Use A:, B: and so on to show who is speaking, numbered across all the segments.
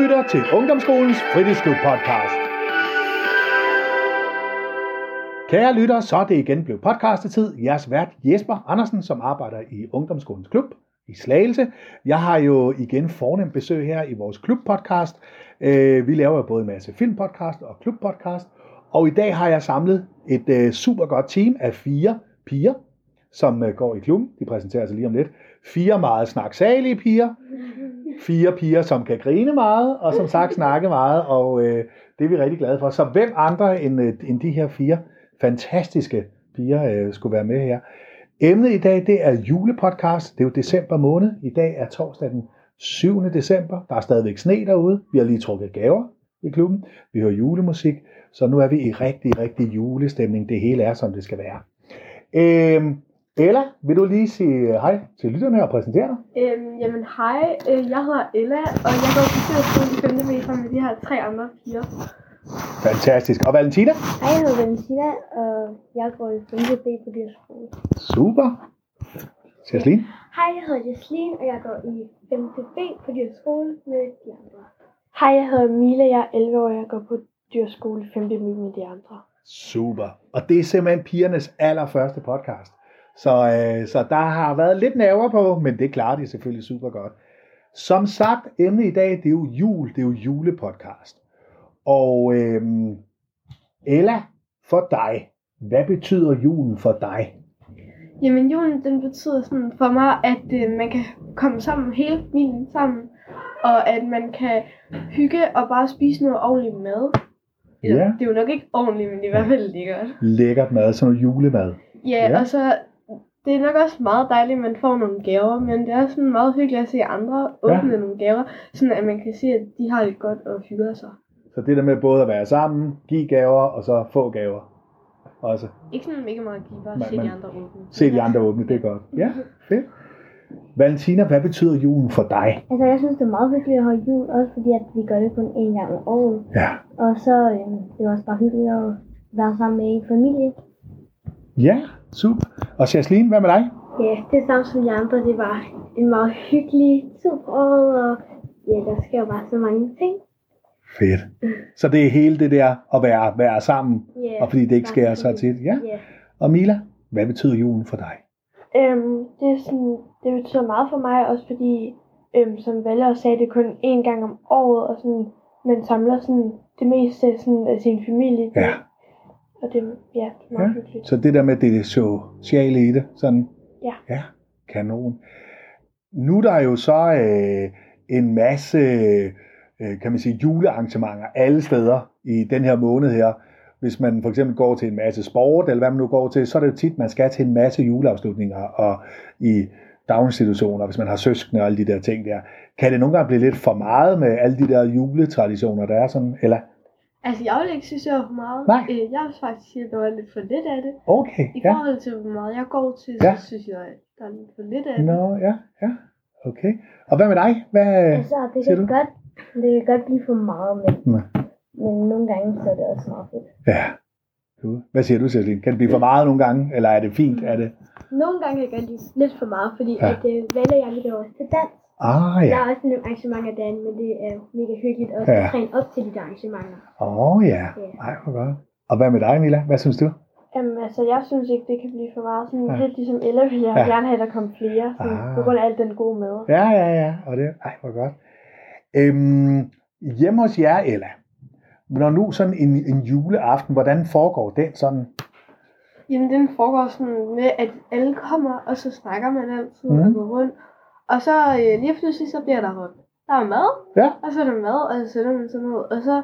A: lytter til Ungdomsskolens Fritidsklub podcast. Kære lytter, så er det igen blevet podcastetid. Jeres vært Jesper Andersen, som arbejder i Ungdomsskolens Klub i Slagelse. Jeg har jo igen fornemt besøg her i vores klubpodcast. Øh, Vi laver jo både en masse filmpodcast og klubpodcast. Og i dag har jeg samlet et øh, super godt team af fire piger, som øh, går i klubben. De præsenterer sig lige om lidt. Fire meget snaksalige piger, fire piger, som kan grine meget, og som sagt snakke meget, og øh, det er vi rigtig glade for. Så hvem andre end, øh, end de her fire fantastiske piger øh, skulle være med her. Emnet i dag, det er julepodcast. Det er jo december måned. I dag er torsdag den 7. december. Der er stadigvæk sne derude. Vi har lige trukket gaver i klubben. Vi hører julemusik. Så nu er vi i rigtig, rigtig julestemning. Det hele er, som det skal være. Øhm, Ella, vil du lige sige hej til lytterne og præsentere dig?
B: Øhm, jamen hej, øh, jeg hedder Ella, og jeg går på Sjælskolen i 5. meter med de her tre andre piger.
A: Fantastisk. Og Valentina?
C: Hej, jeg hedder Valentina, og jeg går i 5. B på deres skole.
A: Super. Jasmin?
C: Hej, jeg hedder Jasleen, og jeg går i 5. B på deres skole med de andre. Hej, jeg hedder Mila, jeg er 11 år, og jeg går på dyrskole 5. B med de andre.
A: Super. Og det er simpelthen pigernes allerførste podcast. Så, øh, så der har været lidt nerver på, men det klarer de selvfølgelig super godt. Som sagt, emnet i dag, det er jo jul, det er jo julepodcast. Og øh, Ella, for dig, hvad betyder julen for dig?
B: Jamen julen, den betyder sådan for mig, at øh, man kan komme sammen, hele familien sammen, og at man kan hygge og bare spise noget ordentligt mad. Eller,
A: Ja.
B: Det er jo nok ikke ordentligt, men i hvert fald lækkert.
A: Lækkert mad, sådan noget julemad.
B: Ja,
A: Ja.
B: ja, og så det er nok også meget dejligt, at man får nogle gaver, men det er også sådan meget hyggeligt at se andre åbne ja. nogle gaver, sådan at man kan se, at de har det godt og hygger sig.
A: Så det der med både at være sammen, give gaver og så få gaver. Også.
B: Ikke sådan mega meget at give, bare
A: Man-
B: se
A: man-
B: de andre åbne.
A: Se de andre åbne, det er godt. Ja, fedt. Valentina, hvad betyder julen for dig?
C: Altså, jeg synes, det er meget hyggeligt at holde jul, også fordi at vi gør det kun én gang om året.
A: Ja.
C: Og så øhm, det er også bare hyggeligt at være sammen med en familie.
A: Ja, super. Og Jasmin, hvad med dig?
C: Ja, det er samme som de andre. Det var en meget hyggelig tid på året, og ja, der sker jo bare så mange ting.
A: Fedt. Så det er hele det der at være, være sammen,
C: Yeah,
A: og fordi det ikke sker så tit. Ja.
C: Yeah.
A: Og Mila, hvad betyder julen for dig?
C: Øhm, det, er sådan, det betyder meget for mig, også fordi, øhm, som Valle også sagde, det er kun én gang om året, og sådan, man samler sådan, det meste sådan, af sin familie. Det-
A: Ja.
C: Og det, ja, det er
A: Ja.
C: meget hyggeligt.
A: Så det der med det sociale i det, sådan.
C: Ja.
A: Ja, kanon. Nu er der jo så øh, en masse, øh, kan man sige, julearrangementer alle steder i den her måned her. Hvis man for eksempel går til en masse sport, eller hvad man nu går til, så er det jo tit, man skal til en masse juleafslutninger og i daginstitutioner, hvis man har søskende og alle de der ting der. Kan det nogle gange blive lidt for meget med alle de der juletraditioner, der er sådan? Eller,
B: Altså, jeg ville ikke synes, jeg var for meget.
A: Nej.
B: Øh, jeg synes faktisk, at der var lidt for lidt af det.
A: okay,
B: I
A: ja.
B: forhold til, hvor meget jeg går til,
A: Ja.
B: så synes jeg, at der er lidt for lidt af det.
A: Nå, ja, ja. Okay. Og hvad med dig? Hvad,
C: Altså, det
A: siger kan du?
C: godt, det kan godt blive for meget, men,
A: Nej.
C: men nogle gange så er det også meget fedt.
A: ja. Du, hvad siger du, Cecilie? Kan det blive for meget nogle gange, eller er det fint? Er det?
C: Nogle gange kan det godt blive lidt for meget, fordi
A: Ja.
C: at øh, Valle og jeg, vi laver også til dans.
A: Ah,
C: Der
A: ja.
C: er også nogle arrangementer derinde, men det er mega hyggeligt også
A: Ja.
C: at træne op til de der arrangementer.
A: Åh, oh, ja. Ej, hvor godt. Og hvad med dig, Mila? Hvad synes du?
C: Jamen, altså, jeg synes ikke, det kan blive for meget. Sådan
A: Ja.
C: ja. lidt ligesom Ella, vil jeg
A: Ja.
C: ja. gerne have, der kom flere. Sådan,
A: Ah.
C: ah. På grund af alt den gode mad.
A: Ja, ja, ja. Og det, ej, hvor godt. Øhm, hjemme hos jer, Ella. Når nu sådan en, en juleaften, hvordan foregår den sådan?
B: Jamen, den foregår sådan med, at alle kommer, og så snakker man altid
A: Mhm.
B: mm. og går rundt. Og så øh, lige pludselig, så bliver der rundt. Der er mad,
A: Ja.
B: og så er der mad, og så sætter man sådan noget. Og så,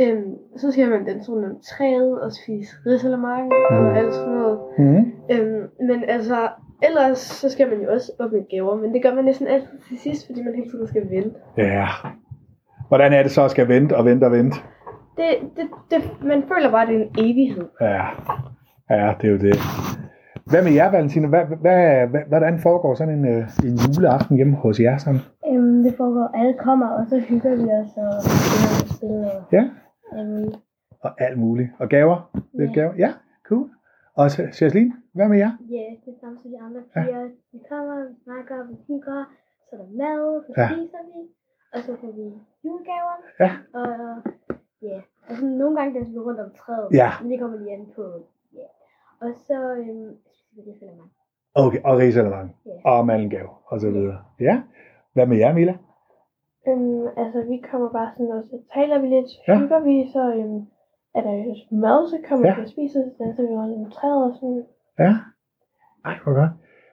B: øhm, så skal man den sådan om træet og spise risalemang
A: Mhm.
B: og alt sådan noget.
A: Mm.
B: Øhm, men altså, ellers så skal man jo også åbne gaver, men det gør man næsten altid til sidst, fordi man hele tiden skal vente.
A: Ja. Hvordan er det så at skal vente og vente og vente?
B: Det, det, det, man føler bare, at det er en evighed.
A: Ja, ja det er jo det. Hvad med jer, Valentina? Hvad, hvad, hvad, hvordan foregår sådan en, øh, en juleaften hjemme hos jer? Sådan?
C: Øhm, det foregår, alle kommer, og så hygger vi os og spiller og spiller.
A: Ja.
C: Øhm,
A: Og alt muligt. Og gaver? Lidt
C: Ja.
A: gaver? Ja, cool. Og Jasmin, hvad med jer?
C: ja, det er samme som de andre
A: Ja.
C: piger. Vi kommer, vi snakker, vi hygger, så er der mad, så
A: Ja.
C: spiser vi. og så får vi julegaver.
A: Ja.
C: Og ja, og sådan nogle gange danser vi rundt om træet.
A: Ja.
C: Men det kommer lige an på, ja. Og så, øhm, spiser vi det føler mig.
A: Okay, og risalemang
C: Ja.
A: og mandelgave og så videre. Ja. Hvad med jer, Mila?
C: Øhm, altså vi kommer bare sådan, og så taler vi lidt,
A: Ja.
C: ja. hygger vi, så øhm, er der jo mad, så kommer
A: Ja.
C: vi og spiser, så danser vi rundt om træet og sådan.
A: Ja. Ej, hvor godt.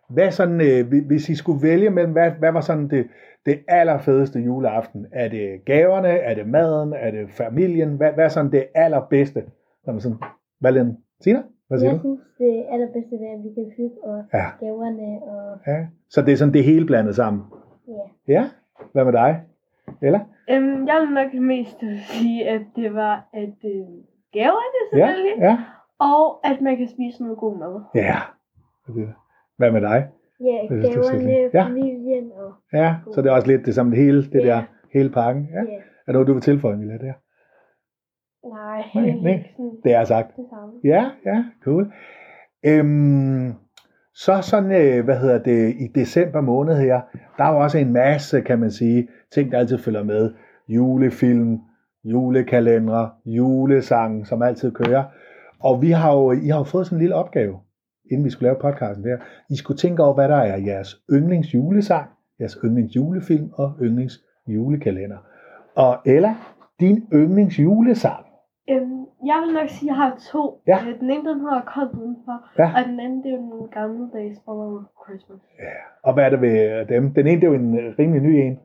A: Hvad sådan, øh, hvi- hvis I skulle vælge mellem, hvad, hvad var sådan det, det allerfedeste juleaften? Er det gaverne? Er det maden? Er det familien? Hvad, hvad er sådan det allerbedste? Når man sådan, hvad den? Sina? Hvad siger
D: Jeg
A: du?
D: synes, det allerbedste er, at vi kan hygge og
A: Ja.
D: gaverne og...
A: ja. Så det er sådan det hele blandet sammen?
D: Ja.
A: Ja? Hvad med dig? Eller?
B: Øhm, jeg vil nok mest sige, at det var at øh, gaverne
A: Ja,
B: selvfølgelig, ja.
A: ja.
B: og at man kan spise noget god mad.
A: Ja. Det- Hvad med dig?
D: Ja,
A: synes, det er
D: gaverne,
A: sødt. Ja.
D: familien og...
A: Ja, så det er også lidt det samme det hele, det
D: Ja.
A: der hele pakken. Ja.
D: Ja.
A: Er der noget, du vil tilføje, Mila, der?
C: Nej,
A: Nej,
C: helt
A: nej.
C: ikke sådan
A: Det er sagt.
C: det samme.
A: Ja, ja, cool. Øhm, så sådan, øh, hvad hedder det, i december måned her, der er jo også en masse, kan man sige, ting, der altid følger med. Julefilm, julekalendere, julesange, som altid kører. Og vi har jo, I har jo fået sådan en lille opgave, inden vi skulle lave podcasten der. I skulle tænke over, hvad der er jeres yndlingsjulesang, jeres yndlingsjulefilm og yndlingsjulekalender. Og Ella, din yndlingsjulesang.
B: Øhm, jeg vil nok sige, at jeg har to.
A: Ja.
B: Øh, Den ene den hedder Kold Udenfor,
A: Ja.
B: og den anden det er jo den gamle dags All Christmas.
A: Og hvad er det ved dem? Den ene, det er jo en øh, rimelig ny en,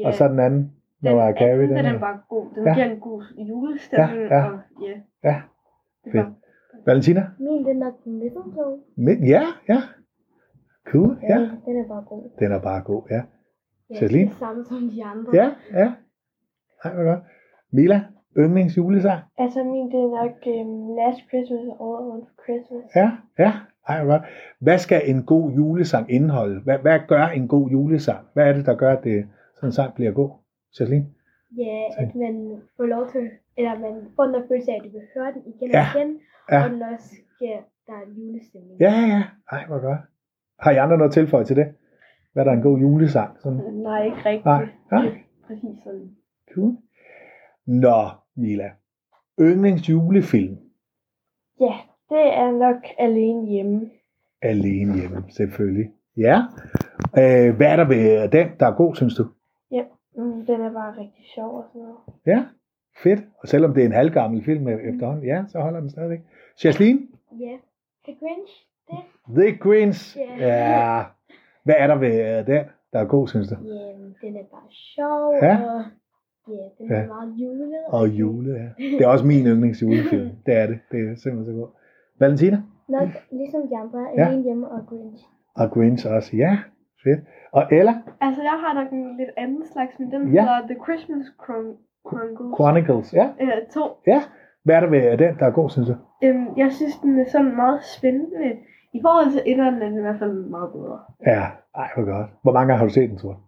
B: Ja,
A: og så den anden, Mariah Carey.
B: anden, øh, den
A: her.
B: er bare god. Den
A: Ja.
B: ja. giver en god julestemning,
A: Ja, ja.
B: og ja.
A: Ja.
B: Det
A: Fedt.
B: var-
A: Valentina?
D: Min, den er den mistletoe.
A: Men, ja, ja. Cool, ja. ja.
D: Den er bare god.
A: Den er bare god, ja.
D: Ja,
A: Celine?
D: det samme som de andre.
A: Ja, ja. Hej, hvor godt. Mila, yndlingsjulesang?
C: Altså min, det er nok øhm, Last Christmas og All I Want for Christmas.
A: Ja, ja. Hej, hvor godt. Hvad skal en god julesang indeholde? Hvad, hvad gør en god julesang? Hvad er det, der gør, at det, sådan en sang bliver god? Celine?
D: Ja, at man får lov til... Eller man får den der følelse af, at du vil høre den igen
A: Ja.
D: og igen.
A: Ja.
D: Og den også giver der er en julestemning.
A: Ja, ja, ja. Hej, hvor godt. Har I andre noget at tilføje til det? Hvad er der en god julesang? Sådan?
B: Nej, ikke rigtigt.
A: Nej, nej.
B: Præcis sådan.
A: Cool. Nå, Mila. Yndlingsjulefilm
C: Ja, det er nok alene hjemme.
A: alene hjemme, selvfølgelig. Ja. Øh, hvad er der ved den, der er god, synes du?
C: Mm, den er bare rigtig sjov og sådan noget.
A: Ja, fedt. Og selvom det er en halvgammel film øh, efterhånden, ja, så holder den stadigvæk. Jasmine,
D: Ja. The Grinch.
A: The Greens.
D: Ja.
A: Ja. Hvad er der ved øh, den, der er god, synes du?
D: Ja, den er bare sjov.
A: Ja.
D: Og, ja, den er
A: Ja.
D: meget julet.
A: Og jule, ja. Det er også min yndlingsjulefilm. Det er det. Det er simpelthen så godt. Valentina
D: Nok ligesom de andre,
A: Ja.
D: alene hjemme og Grinch.
A: og Greens også. Ja, fedt. Og Ella
B: Altså, jeg har nok en lidt anden slags, men den
A: Ja.
B: ja. hedder The Christmas Chron- Chronicles.
A: Chronicles. Ja.
B: Øh, to.
A: Hvad er der ved øh, den, der er god, synes du?
B: Øhm, jeg synes, den er sådan meget spændende. I forhold til inderen er den i hvert fald meget bedre.
A: Ja, ej, hvor godt. Hvor mange gange har du set den, tror du?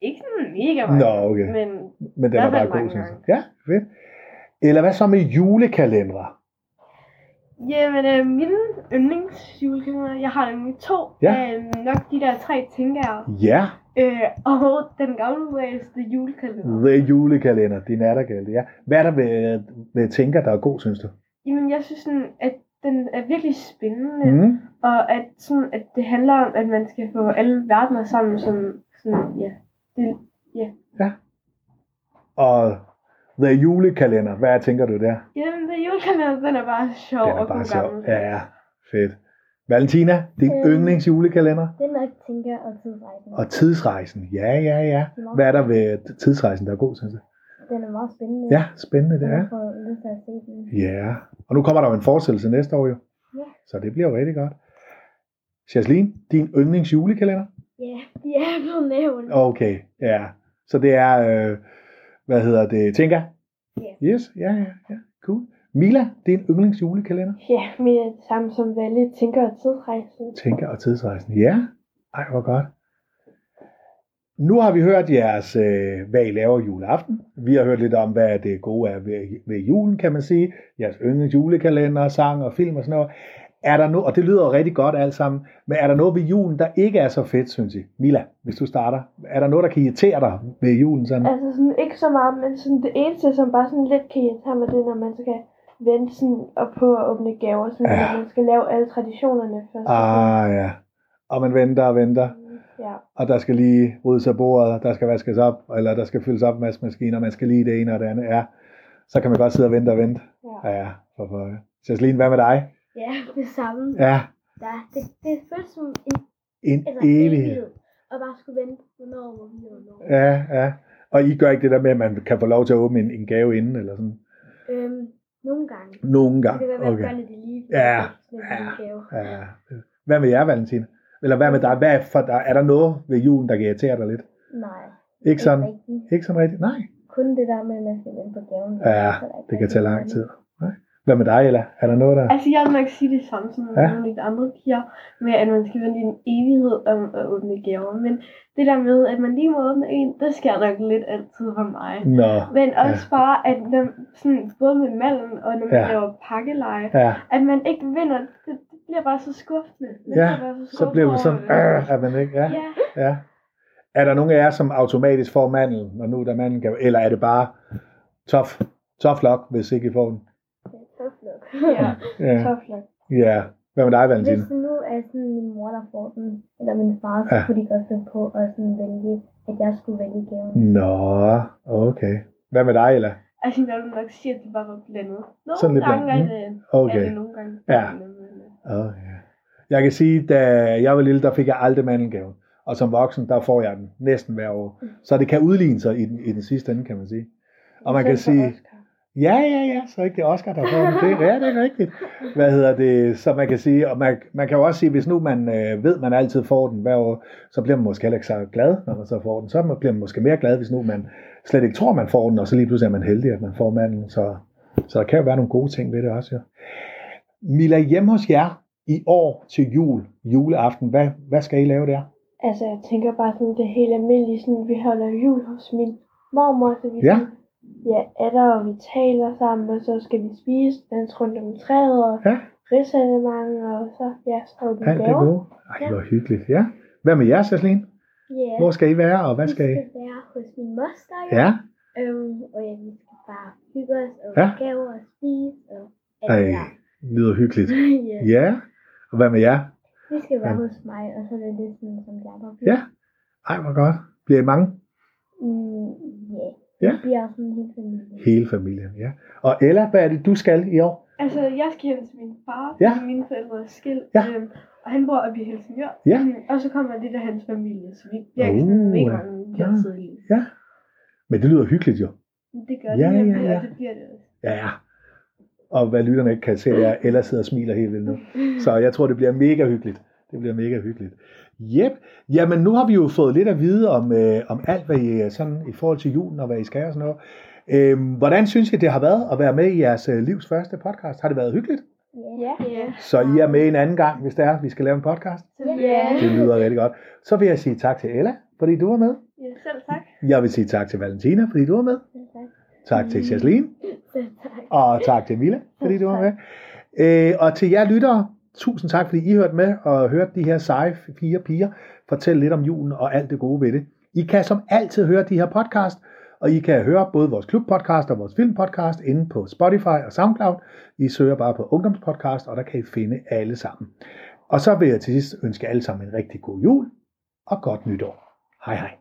B: Ikke sådan mega meget.
A: Nå, okay.
B: Men
A: Men den
B: Der
A: er
B: er
A: bare
B: vel
A: god,
B: mange
A: synes jeg.
B: gange.
A: Ja, fedt. Eller hvad så med julekalendere?
B: jamen, øh, mine yndlingsjulekalender, jeg har nemlig to.
A: Ja.
B: Øh, nok de der tre tænker
A: Ja,
B: øh, og den gammeldags The Julekalender.
A: the julekalender, din nattergale, ja. Hvad er der ved, ved tænker, der er god, synes du?
B: Jamen, jeg synes sådan, at den er virkelig spændende.
A: Mm.
B: Og at, sådan, at det handler om, at man skal få alle verdener sammen, som sådan, ja. Det,
A: Og the julekalender, hvad tænker du der?
B: jamen, det julekalender, den er bare sjov
A: den er
B: og god
A: bare sjov.
B: gammel.
A: Ja, fedt. Valentina, din
D: Øhm.
A: yndlingsjulekalender?
D: Den nok tænker og tidsrejsen.
A: Og tidsrejsen, ja, ja, ja.
D: Nå.
A: Hvad er der ved tidsrejsen, der er god, synes du?
D: Den er meget spændende.
A: Ja, spændende det er.
D: Jeg får lyst til at se den.
A: Ja, og nu kommer der jo en fortsættelse næste år jo.
D: Ja.
A: Så det bliver jo rigtig godt. Jasmine, din yndlingsjulekalender?
D: Ja, de er blevet nævnt.
A: Okay, ja. Så det er, øh, hvad hedder det, Tinka? Ja. Yes, ja, ja, ja, cool. Mila, din yndlingsjulekalender?
C: Ja, min er det samme som Valle, tænker og tidsrejsen.
A: Tinka og tidsrejsen, ja. Ej, hvor godt. Nu har vi hørt jeres, øh, hvad I laver juleaften. Vi har hørt lidt om, hvad det gode er ved, ved julen, kan man sige. Jeres yndlingsjulekalender, sang og film og sådan noget. Er der no- og det lyder jo rigtig godt alt sammen, men er der noget ved julen, der ikke er så fedt, synes I? Mila, hvis du starter. Er der noget, der kan irritere dig ved julen? Sådan?
C: Altså sådan, ikke så meget, men sådan, det eneste, som bare sådan lidt kan irritere mig, det er, når man så kan vente sådan, og på at åbne gaver, sådan,
A: Ja.
C: ja. man skal lave alle traditionerne først.
A: Ah ja. Og man venter og venter,
C: Ja.
A: og der skal lige ryddes af bordet, og der skal vaskes op, eller der skal fyldes op en masse maskiner, man skal lige det ene og det andet. Ja, så kan man godt sidde og vente og vente.
C: Ja.
A: Ja, ja. for pokker. Cæsline, hvad med dig?
D: Ja, det samme.
A: Ja,
D: Der, det, det føles som en
A: en
D: altså,
A: evighed.
D: Og bare skulle vente, hvornår hvor vi og hvornår.
A: Ja, ja. Og I gør ikke det der med, at man kan få lov til at åbne en, en gave inden, eller sådan?
D: Øhm, nogle gange.
A: Nogle
D: Det kan
A: gange.
D: godt være, at
A: Okay.
D: børnene de lige
A: Ja,
D: sådan
A: ja.
D: en gave.
A: Ja. Hvad med jer, Valentine? Eller hvad med dig? Hvad er, for dig? er der noget ved julen, der kan irritere dig lidt?
D: Nej,
A: Ikke sådan?
D: rigtigt.
A: Ikke sådan rigtigt? Nej.
D: Kun det der med, at man skal vente på gaven.
A: Ja, det kan tage lang tid. Nej. Hvad med dig, Ella? Er der noget, der...
B: Altså, jeg vil nok sige det samme som
A: Ja.
B: ja. nogle af de andre piger, med at man skal vente i en evighed om at åbne gaver. Men det der med, at man lige må åbne en, det sker nok lidt altid for mig.
A: Nå.
B: Men også ja. bare, at når, sådan, både med mallen og når man
A: Ja.
B: ja. laver pakkeleje,
A: Ja,
B: at man ikke vinder, det, det bliver bare så skuffende. Man
A: Ja,
B: bliver bare
A: så bliver man
B: skuffet
A: sådan...
B: over det.
A: Øh, er man ikke? Ja,
B: Ja,
A: ja. Er der nogen af jer, som automatisk får mandlen, når nu der mandlen kan... Eller er det bare tough, tough luck, hvis ikke I får den?
D: Tough luck.
C: Ja.
A: Ja.
C: Tough luck.
A: ja. Hvad med dig, Valentine?
D: Hvis det nu er sådan min mor, der får den, eller min far, så
A: Ja.
D: kunne de godt finde på at sådan vælge, at jeg skulle vælge gaven.
A: Mm. Nå, okay. Hvad med dig, Ella?
B: altså jeg vil nok sige, at det bare var blandet. Nogle
A: Sådan lidt
B: gange
A: blandet, Mm.
B: er det, er
A: Okay.
B: det nogle gange
A: Ja.
B: blandet, men, øh,
A: Oh, ja. Jeg kan sige, da jeg var lille, der fik jeg aldrig mandelgaven. Og som voksen, der får jeg den næsten hver år. Så det kan udligne sig i den, i den sidste ende, kan man sige. Og man kan
C: Selv for
A: sige,
C: Oscar.
A: ja, ja, ja, så er ikke det Oscar, der får den. Det, ja, det er rigtigt. Hvad hedder det? Så man kan sige, og man, man kan jo også sige, hvis nu man øh, ved, man altid får den hver år, så bliver man måske heller ikke så glad, når man så får den. Så man- bliver man måske mere glad, hvis nu man slet ikke tror, man får den, og så lige pludselig er man heldig, at man får manden. Så, så der kan jo være nogle gode ting ved det også, jo. Mila, hjemme hos jer i år til jul, juleaften, hvad, hvad skal I lave der?
C: Altså, jeg tænker bare sådan, det helt almindelige, sådan, vi holder jul hos min mormor, så vi
A: Ja.
C: sådan, ja, er der, og vi taler sammen, og så skal vi spise, danse rundt om træet, og
A: Ja.
C: ridsalemang, og så, ja, så er det
A: Alt det
C: gaver.
A: gode? Ej, hvor hyggeligt, ja. Hvad med jer, Cæsline?
D: Ja,
A: Hvor skal I være, og hvad skal I?
D: Vi skal være hos min moster,
A: Ja,
D: Øhm, og ja, vi skal bare hygge os, og
A: Ja.
D: ja. gaver og spise, og alt
A: Ej,
D: det der.
A: lyder hyggeligt.
D: ja.
A: Ja, og hvad med jer?
D: Vi skal være
A: Ja.
D: hos mig, og så er det lidt sådan, som de andre
A: Ja. Ej, hvor godt. Bliver I mange?
D: Mm, ja.
A: Ja.
D: Vi bliver sådan en hel familie.
A: Hele familien, ja. Og Ella, hvad er det, du skal i år?
B: Altså, jeg skal hjem til min far,
A: Ja.
B: ja. mine forældre er skilt,
A: Ja.
B: øhm, og han bor oppe i Helsingør.
A: Ja.
B: Mm, Og så kommer lidt af hans familie, så vi bliver ikke
A: Uh,
B: sådan mega
A: ja.
B: mange
A: Ja.
B: ja. tidligt.
A: Men det lyder hyggeligt jo.
B: Men det gør
A: Ja,
B: det, nemlig,
A: ja, ja.
B: og det bliver det også.
A: Ja, ja. Og hvad lytterne ikke kan se, det er, at Ella sidder og smiler helt vildt nu. Så jeg tror, det bliver mega hyggeligt. Det bliver mega hyggeligt. Jep. Jamen, nu har vi jo fået lidt at vide om, øh, om alt, hvad I er sådan i forhold til julen og hvad I skal og sådan noget. Øhm, hvordan synes I, det har været at være med i jeres øh, livs første podcast? Har det været hyggeligt?
D: Ja.
B: Ja.
A: Så I er med en anden gang, hvis det er, vi skal lave en podcast.
B: Ja.
A: Det lyder rigtig godt. Så vil jeg sige tak til Ella, fordi du var med.
B: ja, selv tak.
A: Jeg vil sige tak til Valentina, fordi du var med. Tak til Jasmine. Og tak til Mille, fordi du var med. Øh, og til jer lyttere, tusind tak, fordi I hørte med og hørte de her seje fire piger fortælle lidt om julen og alt det gode ved det. I kan som altid høre de her podcast, og I kan høre både vores klubpodcast og vores filmpodcast inde på Spotify og SoundCloud. I søger bare på ungdomspodcast, og der kan I finde alle sammen. Og så vil jeg til sidst ønske alle sammen en rigtig god jul og godt nytår. Hej hej.